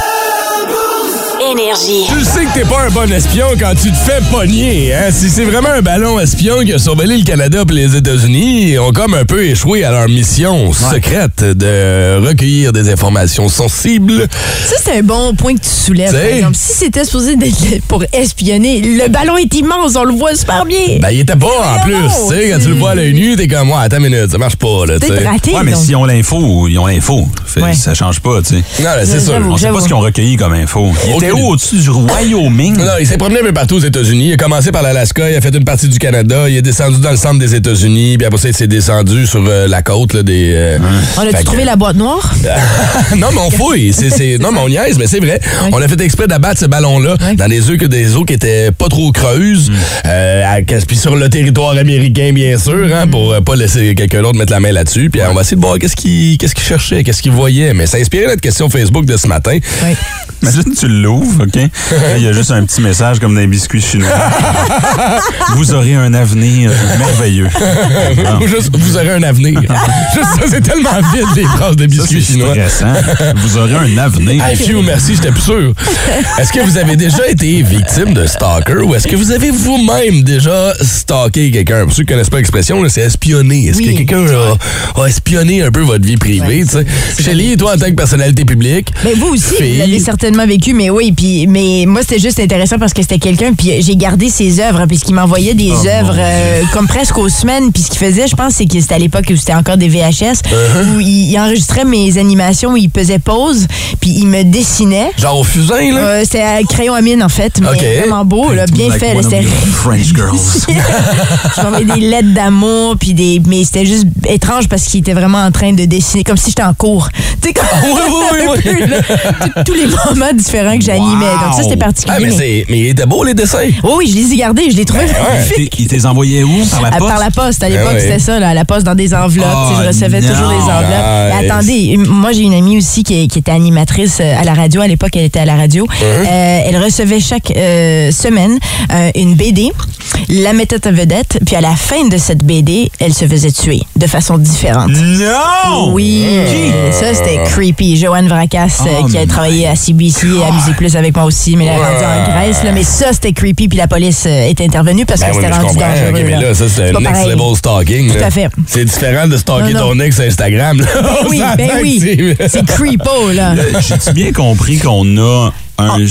S2: Énergie.
S3: Tu le sais que t'es pas un bon espion quand tu te fais pogner, hein? Si c'est vraiment un ballon espion qui a survolé le Canada puis les États-Unis, ils ont comme un peu échoué à leur mission secrète de recueillir des informations sensibles.
S6: Ça, c'est un bon point que tu soulèves.
S3: T'sais.
S6: par exemple. si c'était supposé d'être pour espionner, le ballon est immense, on le voit super bien.
S3: Ben, il était pas en plus,
S6: non,
S3: tu sais, quand tu le vois à l'œil nu, t'es comme, ouais, attends une minute, ça marche pas, là, tu
S6: Peut-être
S3: sais.
S6: raté.
S5: Ouais, mais
S6: donc.
S5: s'ils ont l'info, ils ont l'info. Fait que
S6: Ouais.
S5: Ça change pas, tu sais.
S3: Non, là, c'est sûr.
S5: On sait pas
S6: J'avoue.
S5: ce qu'ils ont recueilli comme info. Ils étaient
S3: Aucune-
S5: où, au-dessus du Wyoming?
S3: Non, il s'est promené un peu partout aux États-Unis. Il a commencé par l'Alaska, il a fait une partie du Canada, il est descendu dans le centre des États-Unis, puis après ça, il s'est descendu sur euh, la côte là, des. euh,
S6: On
S3: fait
S6: a-tu
S3: que-
S6: trouvé la boîte noire?
S3: non, mais on fouille. C'est, c'est- non, mais on niaise, mais c'est vrai. On a fait exprès d'abattre ce ballon-là dans des eaux, que des eaux qui étaient pas trop creuses.
S5: Mm.
S3: euh, à- puis sur le territoire américain,
S5: Mm.
S3: bien sûr, hein, pour euh, pas laisser quelqu'un d'autre mettre la main là-dessus. Puis euh, on va essayer de voir qu'est-ce qu'il, qu'est-ce qu'il cherchait, qu'est-ce qu'il voit voyais, mais ça a inspiré notre question Facebook de ce matin.
S5: Imagine, tu l'ouvres, OK? Là, Il y a juste un petit message comme d'un biscuit chinois. Vous aurez un avenir merveilleux. Ah.
S3: Ou juste, vous aurez un avenir. juste ça, c'est tellement vide, les phrases de
S5: Ça, c'est
S3: biscuits chinois.
S5: stressant. Vous aurez un avenir.
S3: Hey, phew, merci, j'étais plus sûr. Est-ce que vous avez déjà été victime de stalker ou est-ce que vous avez vous-même déjà stalké quelqu'un? Pour ceux qui connaissent pas l'expression, là, c'est espionner. Est-ce
S6: Oui.
S3: que quelqu'un a, a espionné un peu votre vie privée? tu sais? Shelley, toi, en tant que personnalité publique,
S6: Mais vous aussi,
S3: Fille.
S6: vous l'avez certainement vécu, mais oui, puis mais moi c'était juste intéressant parce que c'était quelqu'un, puis j'ai gardé ses œuvres, hein, puisqu'il m'envoyait des
S5: Oh,
S6: œuvres euh, comme presque aux semaines, puis ce qu'il faisait, je pense, c'est que c'était à l'époque où c'était encore des VHS,
S5: Uh-huh.
S6: où il, il enregistrait mes animations, il pesait pause, puis il me dessinait.
S3: genre au fusain, là?
S6: Euh, c'était à crayon à mine en fait, mais
S3: Ok.
S6: vraiment beau, là, bien
S5: Like
S6: fait, là,
S5: one of
S6: c'était
S5: your French girls.
S6: je m'envoyais des lettres d'amour, puis des. Mais c'était juste étrange parce qu'il était vraiment en train de dessiner, comme si j'étais en cours. Tu sais, comme.
S3: Ah, oui, oui, oui, oui.
S6: Un peu, là, tous- tous les moments différents que j'animais.
S5: Wow.
S6: Donc ça, c'était particulier.
S3: Ah, mais,
S6: mais-
S3: c'est, Ben mais il était beau, les dessins.
S6: Oh oui, je les ai gardés, je les trouvais magnifiques.
S5: Il t'es- Il t'es envoyé où? Euh, Par la
S6: Ah,
S5: poste?
S6: Par la poste, à l'époque,
S3: ouais.
S6: c'était ça, là, à la poste dans des enveloppes.
S5: Oh,
S6: Tu sais, je recevais
S5: non.
S6: toujours des enveloppes. Mais
S3: Nice.
S6: attendez, moi, j'ai une amie aussi qui, est- qui était animatrice euh, à la radio. À l'époque, elle était à la radio.
S5: Uh-huh.
S6: Euh, elle recevait chaque euh, semaine euh, une BD, la mettait en vedette, puis à la fin de cette BD, elle se faisait tuer de façon différente.
S3: Oh,
S5: Non!
S6: Oui, euh, ça c'était creepy. Joanne Vracas euh,
S5: Oh
S6: qui a travaillé à CBC et à Musique Plus avec moi aussi, mais elle a rendu en Grèce. Là, mais ça c'était creepy, puis la police euh, est intervenue parce
S3: Ben
S6: que
S3: oui,
S6: c'était
S3: mais je
S6: rendu
S3: comprends.
S6: dangereux.
S3: Ok, mais
S6: là.
S3: là, ça, c'est
S6: pas
S3: next
S6: pareil.
S3: level stalking.
S6: Tout
S3: là.
S6: à fait.
S3: C'est différent de stalker
S6: Non, non.
S3: ton ex sur Instagram. Là. On
S6: Oui, ben
S3: s'entend que
S6: oui,
S3: c'est-
S6: c'est creepo là.
S5: J'ai-tu bien compris qu'on Ah, a un
S6: On a,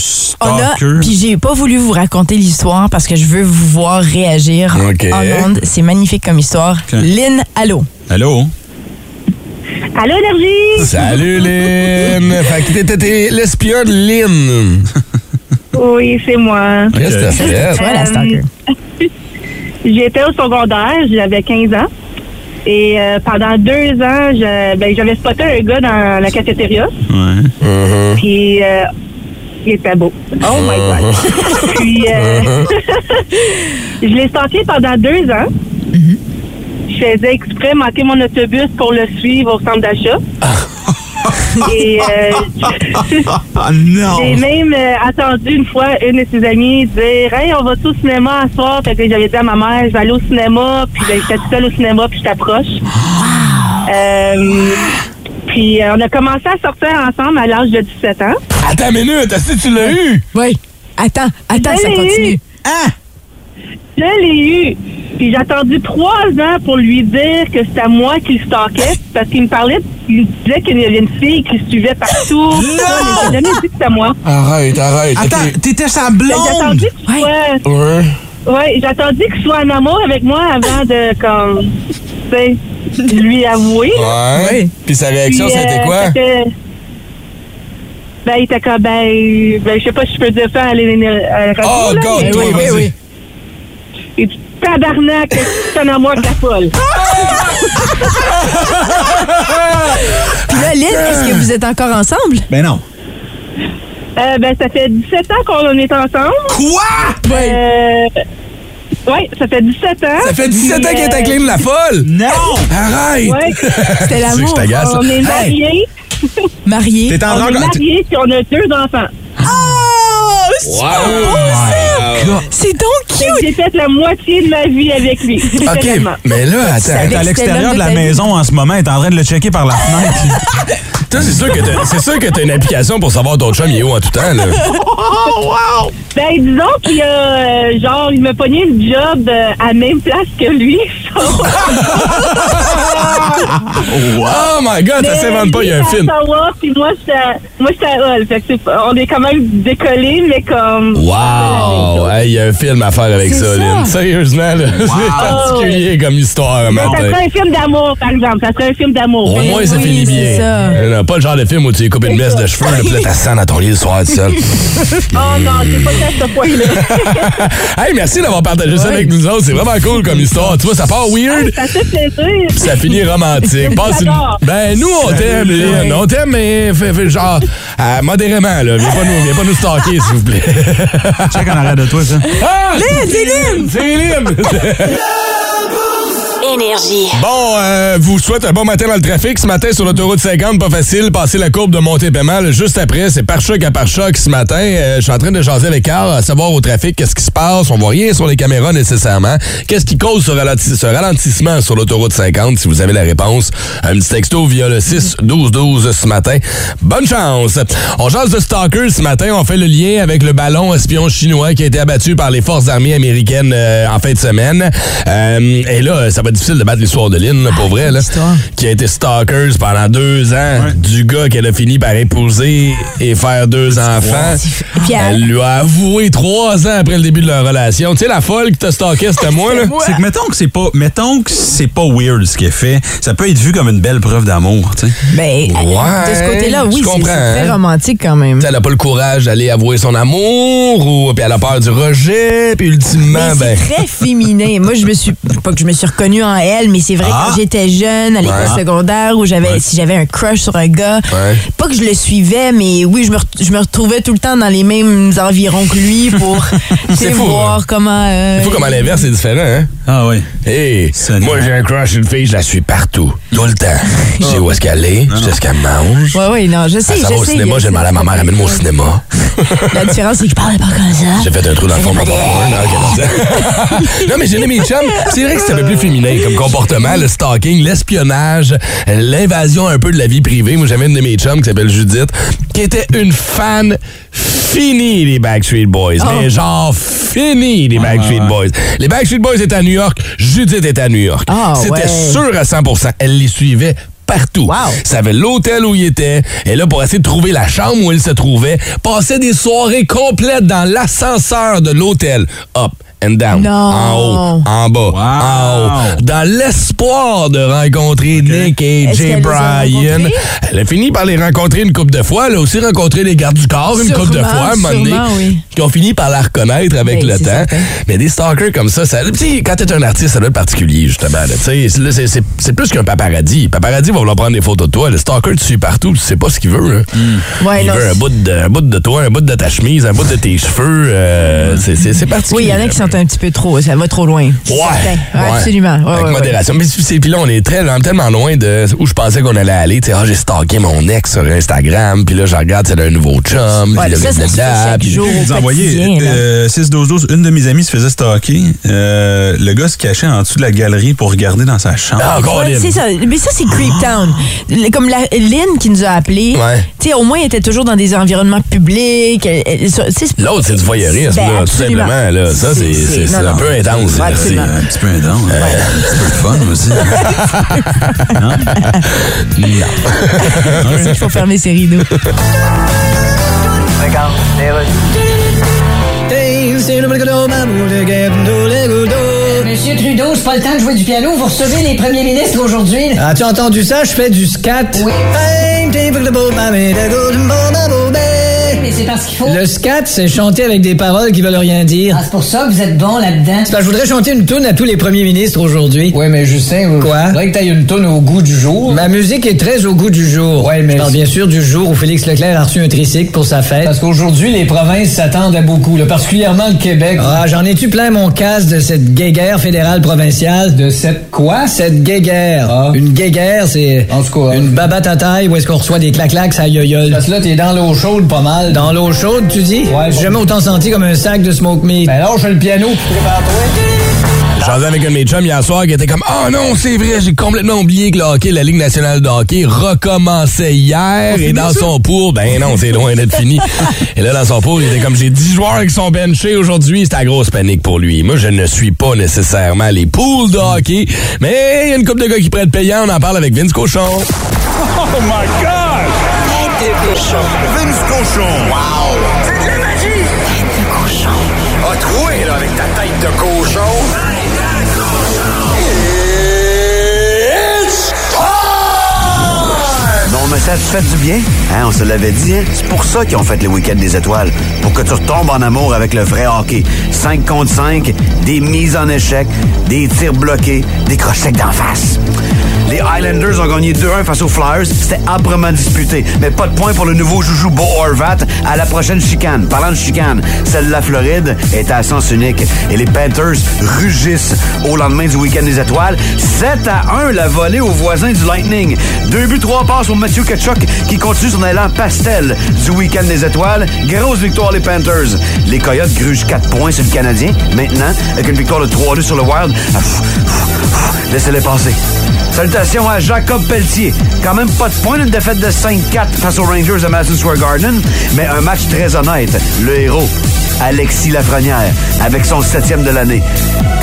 S5: stalker?
S6: puis j'ai pas voulu vous raconter l'histoire parce que je veux vous voir réagir
S3: Ok.
S6: en ondes. C'est magnifique comme histoire.
S5: Ok.
S6: Lynn, allô.
S5: Allô?
S11: Allô, Énergie?
S3: Salut, Lynn. Fait que t'étais- t'étais l'espion de Lynn.
S11: Oui, c'est moi.
S3: Qu'est-ce que t'as
S6: Ça, c'était
S3: fait?
S6: toi, la
S11: Euh,
S6: stalker.
S11: J'étais au secondaire, j'avais 15 ans. Et euh, pendant deux ans, je- ben, j'avais spoté un gars dans la cafétéria.
S5: Ouais.
S11: Puis, euh, il était beau. Oh my God. Puis, euh, je l'ai stalké pendant deux ans. Je faisais exprès manquer mon autobus pour le suivre au centre d'achat. Et euh,
S5: Ah non!
S11: J'ai même euh, entendu une fois une de ses amies dire Hey, on va tout au cinéma à soir. Fait que j'avais dit à ma mère, je vais aller au cinéma. Puis ben, j'étais toute seule au cinéma, puis je t'approche. Euh, puis euh, on a commencé à sortir ensemble à l'âge de 17 ans.
S3: Attends une minute. Est-ce que tu l'as eu?
S6: Oui. Attends, attends, ça
S11: Salut.
S6: continue.
S11: Je l'ai eu. Puis j'ai attendu trois ans pour lui dire que c'était à moi qu'il stalkait. Parce qu'il me parlait, il me disait qu'il y avait une fille qui le suivait partout. Non! J'ai jamais dit que c'était à moi.
S3: Arrête, arrête.
S5: Attends, t'étais sa blonde!
S11: Fait que J'ai attendu que tu sois-
S3: Ouais.
S11: Oui, j'ai attendu qu'il soit en amour avec moi avant de, comme, tu sais, lui avouer.
S3: Ouais. Puis sa
S11: Puis,
S3: réaction,
S11: euh,
S3: c'était quoi?
S11: c'était- Ben, il était comme, ben, ben, je sais pas si je peux dire ça à l'é- à la radio,
S3: Oh,
S11: là,
S3: God,
S11: mais
S3: toi,
S11: oui,
S3: vas-y.
S11: oui, oui. Et tu tabarnak, tu es en amour avec la folle.
S6: Puis là, Lynn, est-ce que vous êtes encore ensemble?
S5: Ben non.
S11: Euh, ben, ça fait 17 ans qu'on est ensemble.
S3: Quoi?
S11: Euh, oui, ça fait 17 ans.
S3: Ça fait 17 ans
S11: Puis,
S3: qu'elle est
S11: euh,
S3: avec Lynn la folle.
S5: Non!
S3: Arrête.
S11: Ouais,
S6: C'était
S3: Tu sais que
S6: l'amour.
S3: je t'agace.
S11: on est
S3: Hey, Ah,
S11: mariés,
S6: Marié.
S5: T'es en
S11: on est
S5: rencontre.
S11: mariés, puis on a deux enfants.
S6: Oh! c'est
S3: Wow.
S6: super beau, ça! C'est donc
S11: Fait que
S6: cute!
S11: J'ai fait la moitié de ma vie avec lui.
S3: OK,
S11: Vraiment.
S3: mais là, attends.
S5: T'es à
S6: C'était l'homme
S5: l'extérieur
S6: de
S5: de la
S6: ta vie.
S5: maison en ce moment, t'es en train de le checker par la fenêtre.
S3: Toi, c'est sûr que t'as- c'est sûr que t'as une application pour savoir ton chum il est où en tout temps. Là.
S11: Ben, disons qu'il a, euh, genre, il m'a pogné le job euh, à même place que lui.
S3: Oh my God, ça s'invente pas, il y a un film.
S11: Savoir, puis moi, j'étais à- moi, j'étais à Hull. Fait que c'est pas- on est quand même décollés, mais comme...
S3: Wow! Hey, Il y a un film à faire avec ça, Lynn. Sérieusement, là, c'est particulier comme histoire,
S11: Ça
S3: matin.
S11: serait un film d'amour, par exemple. Ça serait un film d'amour.
S3: Au
S11: Mais-
S3: moins, ça
S6: oui,
S3: finit
S6: c'est
S3: bien.
S6: ça.
S3: Euh, non, pas le genre de film où tu coupes une baisse de cheveux, là, puis là, t'as sang dans ton lit le soir tout seul.
S11: Oh non, c'est pas ça, ce point-là.
S3: hey, merci d'avoir partagé ça avec nous autres. C'est vraiment cool comme histoire. Tu vois, ça part weird,
S11: ça fait plaisir.
S3: puis ça finit romantique. Passe une-
S11: J'adore.
S3: Ben, nous, on t'aime, Lynn. On t'aime, mais fais- fais genre, euh, modérément, là. Viens pas nous, viens pas nous stalker, s'il vous plaît.
S5: Check en arrière de toi, ça.
S3: Ah! Lynn, c'est Lynn! C'est Lynn!
S2: Énergie.
S3: Bon, euh, vous souhaite un bon matin dans le trafic. Ce matin, sur l'autoroute 50, pas facile, passer la courbe de Montépémal. Juste après, c'est par choc à par choc ce matin. Euh, je suis en train de jaser avec Carl, à savoir au trafic, qu'est-ce qui se passe. On voit rien sur les caméras nécessairement. Qu'est-ce qui cause ce, ralenti- ce ralentissement sur l'autoroute 50? Si vous avez la réponse, un petit texto via le 6-12-12 ce matin. Bonne chance! On jase de stalker ce matin. On fait le lien avec le ballon espion chinois qui a été abattu par les forces armées américaines euh, en fin de semaine. Euh, et là, ça va être difficile de battre l'histoire de Lynn, là, pour vrai. Là, qui a été stalker pendant deux ans du gars qu'elle a fini par épouser et faire deux enfants.
S4: Puis elle-
S3: Elle lui a avoué trois ans après le début de leur relation. Tu sais, la folle qui te stalkait, c'était moi, là.
S5: C'est que mettons que c'est pas mettons que c'est pas weird ce qu'elle fait, ça peut être vu comme une belle preuve d'amour, tu sais.
S6: Ben, de ce côté-là, oui,
S3: je
S6: c'est c'est
S3: comprends,
S6: très
S3: hein.
S6: romantique quand même.
S3: Tu sais, elle a pas le courage d'aller avouer son amour, ou puis elle a peur du rejet, puis ultimement,
S6: Mais
S3: ben.
S6: c'est très féminin. Moi, je me suis pas que je me suis reconnue en elle, mais c'est vrai
S5: Ah.
S6: que quand j'étais jeune, à l'école
S3: Ouais.
S6: secondaire, où j'avais si j'avais un crush sur un gars,
S3: Ouais.
S6: pas que je le suivais, mais oui, je me, re- je me retrouvais tout le temps dans les mêmes environs que lui pour tu sais,
S3: fou,
S6: voir comment. euh,
S3: Il faut comme à l'inverse, c'est différent, hein?
S5: Ah oui.
S3: Hey,
S5: Seigneur.
S3: moi j'ai un crush sur une fille, je la suis partout, tout le temps. Je sais où est-ce qu'elle est, je sais ce qu'elle mange.
S6: Ouais, ouais, non, je sais,
S3: Elle s'en
S6: je
S3: Ah, va au
S6: sais,
S3: cinéma,
S6: je
S3: j'ai
S6: sais.
S3: demandé à ma mère, amène-moi au cinéma.
S6: La différence, c'est que je parlais pas comme ça.
S3: J'ai fait un trou dans le
S6: Ah.
S3: fond de mon popcorn. Non, ok, non. Non, mais j'ai aimé mes chums. C'est vrai que c'est un peu plus féminin comme comportement, le stalking, l'espionnage, l'invasion un peu de la vie privée. Moi, j'avais une de mes chums qui s'appelle Judith, qui était une fan finie des Backstreet Boys.
S6: Ah.
S3: Mais genre finie des Backstreet Boys. Les Backstreet Boys étaient à New York, Judith était à New York.
S6: Ah,
S3: C'était
S6: ouais.
S3: sûr à 100 Elle les suivait partout.
S6: Wow.
S3: Ça avait l'hôtel où il était. Et là, pour essayer de trouver la chambre où il se trouvait, passait des soirées complètes dans l'ascenseur de l'hôtel. Up and down.
S6: Non.
S3: En haut, en bas, en haut. Dans l'espoir de rencontrer Nick et
S6: Est-ce
S3: Jay
S6: qu'elle les a
S3: Bryan.
S6: rencontrés?
S3: Elle a fini par les rencontrer une couple de fois. Elle a aussi rencontré les gardes du corps une couple de
S6: Sûrement,
S3: fois, à un moment donné,
S6: sûrement, oui.
S3: Qui ont fini par la reconnaître avec
S6: Ben,
S3: le
S6: c'est
S3: temps.
S6: certain.
S3: Mais des stalkers comme ça, ça tu sais, quand t'es un artiste, ça doit être particulier, justement. là. Tu sais, là, c'est- c'est c'est plus qu'un paparazzi. Paparazzi va vouloir prendre des photos de toi. Le stalker, tu suis partout, tu sais pas ce qu'il veut. hein.
S6: Ouais,
S3: Il
S6: non,
S3: veut un
S6: c'est-
S3: bout, de, un bout de toi, un bout de ta chemise, un bout de tes cheveux. euh, c'est- c'est c'est particulier.
S6: Oui, il y en a qui sont un petit peu trop, ça va trop loin.
S3: Ouais,
S6: Certain.
S3: ouais.
S6: Absolument. Ouais,
S3: Avec
S6: ouais, ouais.
S3: modération. Mais c'est- puis là, on est très- tellement loin de où je pensais qu'on allait aller. Tu sais, ah, j'ai stalké mon ex sur Instagram, puis là, je regarde, c'est un nouveau chum.
S6: Ouais,
S3: puis
S6: ça, ça se fait
S3: blablabla,
S6: chaque
S3: puis-
S6: jour.
S5: Vous
S6: au
S5: envoyez
S6: quotidien, là.
S5: euh, 6-12-12, une de mes amies se faisait stalker. Euh, le gars se cachait en dessous de la galerie pour regarder dans sa chambre.
S3: Ah, encore
S6: Ouais,
S3: une.
S6: c'est ça. Mais ça, c'est Creep Town. Le- Comme la, Lynn qui nous a appelés,
S3: Ouais.
S6: tu sais, au moins, elle était toujours dans des environnements publics. Elle- elle- ça- tu sais,
S3: L'autre, c'est du voyeurisme,
S6: Ben,
S3: là, tout
S6: absolument.
S3: simplement. Là. Ça, c'est- c'est
S6: non,
S3: c'est un
S6: non.
S3: peu intense. là.
S6: Ouais,
S3: C'est-
S6: absolument.
S5: Euh, un petit peu intense. Un petit peu le fun aussi. hein.
S6: c'est ça qu'il faut fermer ses rideaux.
S12: Monsieur Trudeau, c'est pas le temps de jouer du piano. Vous recevez les premiers ministres aujourd'hui.
S10: As-tu entendu ça? Je fais du scat.
S12: Mais c'est parce qu'il faut.
S10: Le scat, c'est chanter avec des paroles qui veulent rien dire.
S12: Ah, c'est pour ça que vous êtes bon là-dedans.
S10: Parce que je voudrais chanter une toune à tous les premiers ministres aujourd'hui.
S12: Oui, mais Justin,
S10: Quoi?
S12: faudrait que t'ailles une tonne au goût du jour.
S10: Ma musique est très au goût du jour.
S12: Ouais, mais-
S10: Je parle bien sûr du jour où Félix Leclerc a reçu un tricycle pour sa fête.
S12: Parce qu'aujourd'hui, les provinces s'attendent à beaucoup, là, particulièrement le Québec.
S10: Ah, j'en ai-tu plein mon casse de cette guéguerre fédérale provinciale? De cette quoi? Cette guéguerre. Une guéguerre, c'est...
S12: Ah. En tout cas,
S10: Une babate à taille où est-ce qu'on reçoit des clac-clacs à yoyole.
S12: Parce que là, t'es dans l'eau chaude pas mal.
S10: Dans l'eau chaude, tu dis?
S12: Ouais,
S10: J'ai
S12: bon.
S10: jamais autant senti comme un sac de smoke meat.
S12: Ben lâche le piano, puis prépare-toi.
S3: J'en ai avec un de mes chums hier soir qui était comme Ah non, c'est vrai, j'ai complètement oublié que le hockey, la Ligue nationale de hockey, recommençait hier et dans son pour, ben non, c'est loin d'être fini. et là, dans son pour, il était comme J'ai 10 joueurs qui sont benchés aujourd'hui, c'était la grosse panique pour lui. Moi, je ne suis pas nécessairement les poules de hockey, mais il y a une coupe de gars qui prête payant, on en parle avec Vince Cochon.
S2: Tête de cochon.
S8: Vince Cochon. Wow! C'est de la magie! Tête de cochon. Ah, troué, là, avec ta tête de cochon.
S13: Mon message fait du bien, hein, on se l'avait dit. hein. C'est pour ça qu'ils ont fait le week-end des étoiles, pour que tu retombes en amour avec le vrai hockey. 5 contre 5, des mises en échec, des tirs bloqués, des crochets d'en face. Les Highlanders ont gagné 2-1 face aux Flyers. C'était âprement disputé. Mais pas de point pour le nouveau joujou Bo Horvat à la prochaine chicane. Parlant de chicane, celle de la Floride est à sens unique. Et les Panthers rugissent au lendemain du week-end des étoiles. 7 à 1 la volée aux voisins du Lightning. Deux buts, trois passes pour Mathieu Ketchuk qui continue son élan pastel du week-end des étoiles. Grosse victoire les Panthers. Les Coyotes grugent 4 points sur le Canadien. Maintenant, avec une victoire de 3-2 sur le Wild. Ah, pff, pff, pff, Laissez-les passer. Salutations à Jacob Pelletier. Quand même pas de point d'une défaite de 5-4 face aux Rangers de Madison Square Garden, mais un match très honnête. Le héros, Alexis Lafrenière, avec son septième de l'année.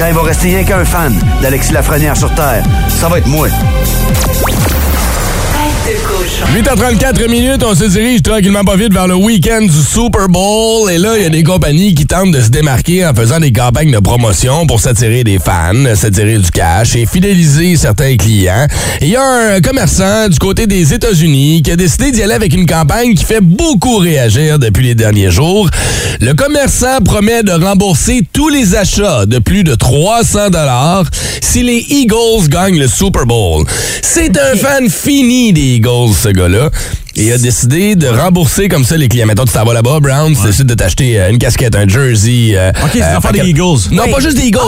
S13: Quand il va rester rien qu'un fan d'Alexis Lafrenière sur Terre, ça va être moi.
S3: 8h34 minutes, on se dirige tranquillement pas vite vers le week-end du Super Bowl. Et là, il y a des compagnies qui tentent de se démarquer en faisant des campagnes de promotion pour s'attirer des fans, s'attirer du cash et fidéliser certains clients. Et il y a un commerçant du côté des États-Unis qui a décidé d'y aller avec une campagne qui fait beaucoup réagir depuis les derniers jours. Le commerçant promet de rembourser tous les achats de plus de 300 dollars si les Eagles gagnent le Super Bowl. C'est un fan fini des Eagles, ce gars-là. Et il a décidé de rembourser comme ça les clients. Mettons, tu t'en vas là-bas, Brown, tu décides de t'acheter euh, une casquette, un jersey. euh,
S5: OK, c'est
S3: euh,
S5: l'affaire des
S3: paquet-
S5: Eagles.
S3: Non,
S5: Oui. Ah!
S3: pas juste des Eagles.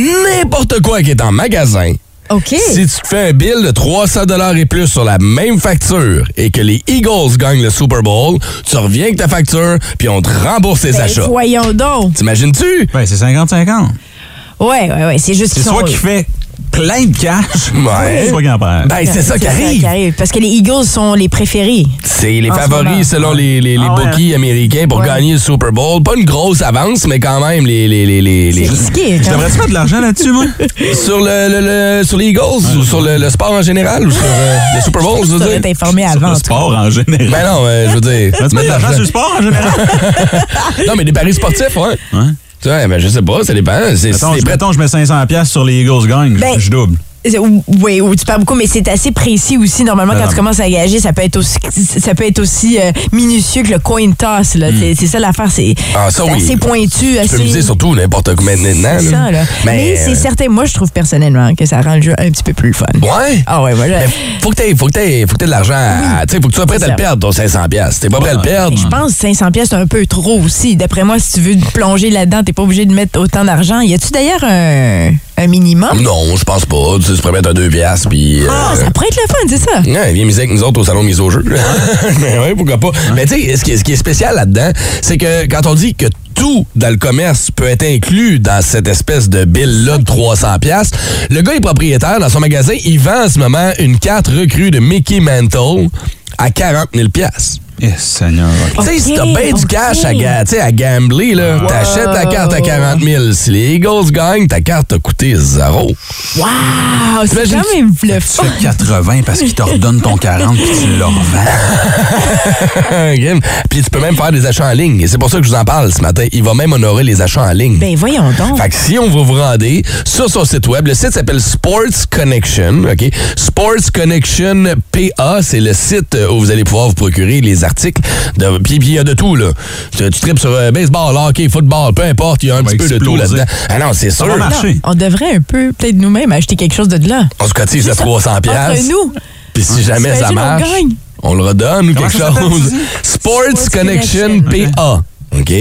S3: N'importe quoi qui est en magasin.
S6: OK.
S3: Si tu te fais un bill de 300 et plus sur la même facture et que les Eagles gagnent le Super Bowl, tu reviens avec ta facture puis on te rembourse tes
S6: Ben,
S3: achats.
S6: Voyons donc.
S3: T'imagines-tu?
S5: Ben, c'est 50-50.
S6: Ouais, ouais, ouais. C'est juste
S5: C'est
S6: qu'ils sont.
S5: soit qu'il fait plein de cash,
S3: Ouais.
S5: soit qu'il en perd.
S3: Ben, c'est ça qui arrive.
S6: Parce que les Eagles sont les préférés.
S3: C'est les
S6: En ce moment.
S3: favoris selon les, les, les
S6: Ah ouais,
S3: bookies américains pour
S6: Ouais.
S3: gagner le Super Bowl. Pas une grosse avance, mais quand même, les. les, les, les, les-
S6: C'est risqué. quand même.
S5: J'aimerais-tu mettre de l'argent là-dessus, moi?
S3: Sur, le, le- le- sur les Eagles ou sur le, le sport en général ou sur euh, le Super Bowl, je
S6: Tu
S3: veux
S6: devrais
S3: dire.
S6: t'informer avant.
S5: Le
S6: en tout cas.
S5: sport en général.
S3: Ben non, euh, je veux dire.
S5: tu mets de l'argent sur le sport en général?
S3: Non, mais des paris sportifs, ouais.
S5: Ouais.
S3: Tu vois, ben, je sais pas, ça dépend. C'est
S5: Mettons,
S3: c'est ben.
S5: je,
S3: prêt.
S5: mettons, je mets 500$ piastres sur les Eagles gang,
S6: Ben,
S5: je double.
S6: C'est- ou- Oui, ou tu parles beaucoup, mais c'est assez précis aussi. Normalement,
S5: Ben
S6: quand
S5: non,
S6: tu
S5: mais-
S6: commences à gager, ça peut être aussi, ça peut être aussi euh, minutieux que le coin toss. Là. C'est, c'est ça l'affaire. C'est,
S3: Hmm. Ah, ça,
S6: c'est
S3: oui.
S6: assez pointu.
S3: Tu peux
S6: assez...
S3: me dire surtout n'importe quoi maintenant.
S6: C'est ça, là. Mais, c'est
S3: euh,
S6: certain, moi, je trouve personnellement que ça rend le jeu un petit peu plus le fun.
S3: Ouais.
S6: Ah ouais, voilà.
S3: Mais faut que t'aies, faut que t'aies, faut que t'aies de l'argent. à- Tu sais, faut que tu sois prêt à
S6: C'est
S3: le
S6: ça.
S3: perdre, ton 500 pièces. T'es pas prêt à le perdre.
S6: Je pense que 500 pièces c'est un peu trop aussi. D'après moi, si tu veux te plonger là-dedans, t'es pas obligé de mettre autant d'argent. Y a-tu d'ailleurs un, un minimum?
S3: Non, je pense pas. Tu sais, tu pourrais mettre un 2 piastres, puis... euh,
S6: Ah, ça pourrait être le fun, c'est ça?
S3: Ouais, viens miser avec nous autres au salon de mise au jeu. Mais oui, pourquoi pas. Mais tu sais, ce qui, ce qui est spécial là-dedans, c'est que quand on dit que tout dans le commerce peut être inclus dans cette espèce de bill-là de 300 pièces. Le gars est propriétaire dans son magasin, il vend en ce moment une carte recrue de Mickey Mantle à 40 000 pièces.
S5: Yes, Eh, Seigneur.
S3: Tu sais, si t'as
S6: Ok,
S3: bien du
S6: ok.
S3: cash à, ga- tu sais, à gambler, là, t'achètes ta carte à 40 000. Si les Eagles gagnent, ta carte t'a coûté zéro.
S6: Wow, c'est
S3: T'imagines-
S6: quand même le
S5: Tu
S6: fun.
S5: fais 80 parce qu'il te redonne ton 40 puis tu le revends.
S3: Grim. Puis tu peux même faire des achats en ligne. Et c'est pour ça que je vous en parle ce matin. Il va même honorer les achats en ligne.
S6: Ben voyons donc.
S3: Fait que si on va vous rendez sur son site web, le site s'appelle Sports Connection, OK? Sports Connection PA, c'est le site euh, où vous allez pouvoir vous procurer les articles. De, puis puis il y a de tout, là. Tu, tu tripes sur euh, baseball, hockey, football, peu importe, il y a un
S5: va
S3: petit peu de tout
S5: exploser.
S3: là-dedans. Ah non, c'est sûr.
S5: va marcher.
S6: Non, on devrait un peu, peut-être nous-mêmes, acheter quelque chose de là.
S3: On se cotise à 300 pièces.
S6: Entre nous.
S3: Puis si jamais ça
S6: T'imagines, on
S3: marche,
S6: gagne.
S3: on le redonne ou
S5: Comment
S3: quelque
S5: ça s'appelle,
S3: chose.
S5: tu dis?
S3: Sports
S6: Sports
S3: Connection
S6: Connection.
S3: PA. OK?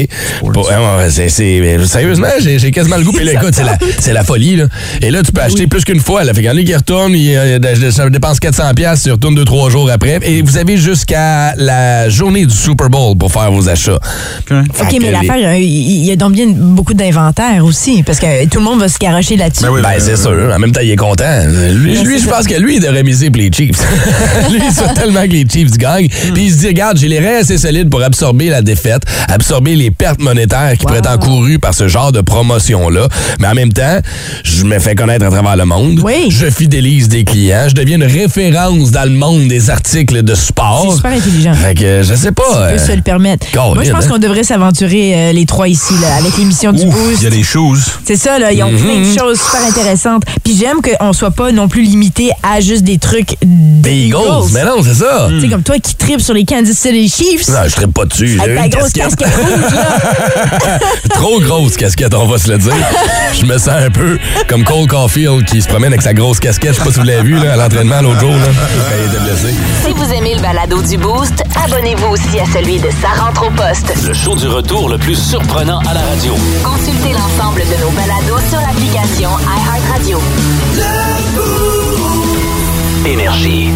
S3: Bon, hein, ouais, c'est- c'est- mais sérieusement, j'ai j'ai quasiment le goût. Puis là, écoute, c'est la, c'est la folie. Là. Et là, tu peux acheter plus qu'une fois. Là. Fait qu'en lui qui retourne, il, euh, il- ça dépense 400$, piastres, il retourne 2-3 jours après. Et vous avez jusqu'à la journée du Super Bowl pour faire vos achats. Fait
S6: OK,
S3: que
S6: mais
S3: les-
S6: l'affaire, euh, il y a donc bien beaucoup d'inventaire aussi, parce que euh, tout le monde va se garocher là-dessus.
S5: Ben oui.
S3: Ben, c'est sûr. En même temps, il est content. Lui, lui, je pense que lui, il devrait miser pour les Chiefs. lui, il souhaite tellement que les Chiefs gagnent. Puis il se dit, regarde, j'ai les reins assez solides pour absorber la défaite, absorber les pertes monétaires qui pourraient être encourues par ce genre de promotion-là. Mais en même temps, je me fais connaître à travers le monde.
S6: Oui.
S3: Je fidélise des clients. Je deviens une référence dans le monde des articles de sport.
S5: Oh.
S6: C'est super intelligent.
S3: Fait que je sais pas.
S6: On peut
S3: euh,
S6: se le permettre.
S3: Colin,
S6: Moi, je pense
S3: hein?
S6: qu'on devrait s'aventurer euh, les trois ici, là, avec l'émission du
S5: Ouf,
S6: Boost.
S5: il y a des choses. Mhm.
S6: C'est ça, là. Ils ont plein de choses super intéressantes. Puis j'aime qu'on soit pas non plus limité à juste des trucs
S3: des
S6: des
S3: Eagles. Mais non, c'est ça.
S6: Hmm. Tu sais, comme toi qui tripes sur les Kansas City Chiefs.
S3: Non, je serais pas dessus. J'ai
S6: Avec
S3: eu
S6: ta
S3: une
S6: ben, grosse
S3: casquette.
S6: casquette rouge. rouge, là.
S3: Trop grosse casquette, on va se le dire. Je me sens un peu comme Cole Caulfield qui se promène avec sa grosse casquette. Je sais pas si vous l'avez vu là, à l'entraînement l'autre jour, là, quand il était blessé.
S2: Si vous aimez le balado du Boost, abonnez-vous aussi à celui de Sa rentre au poste.
S8: Le show du retour le plus surprenant à la radio.
S2: Consultez l'ensemble de nos balados sur l'application iHeartRadio.
S8: Énergie.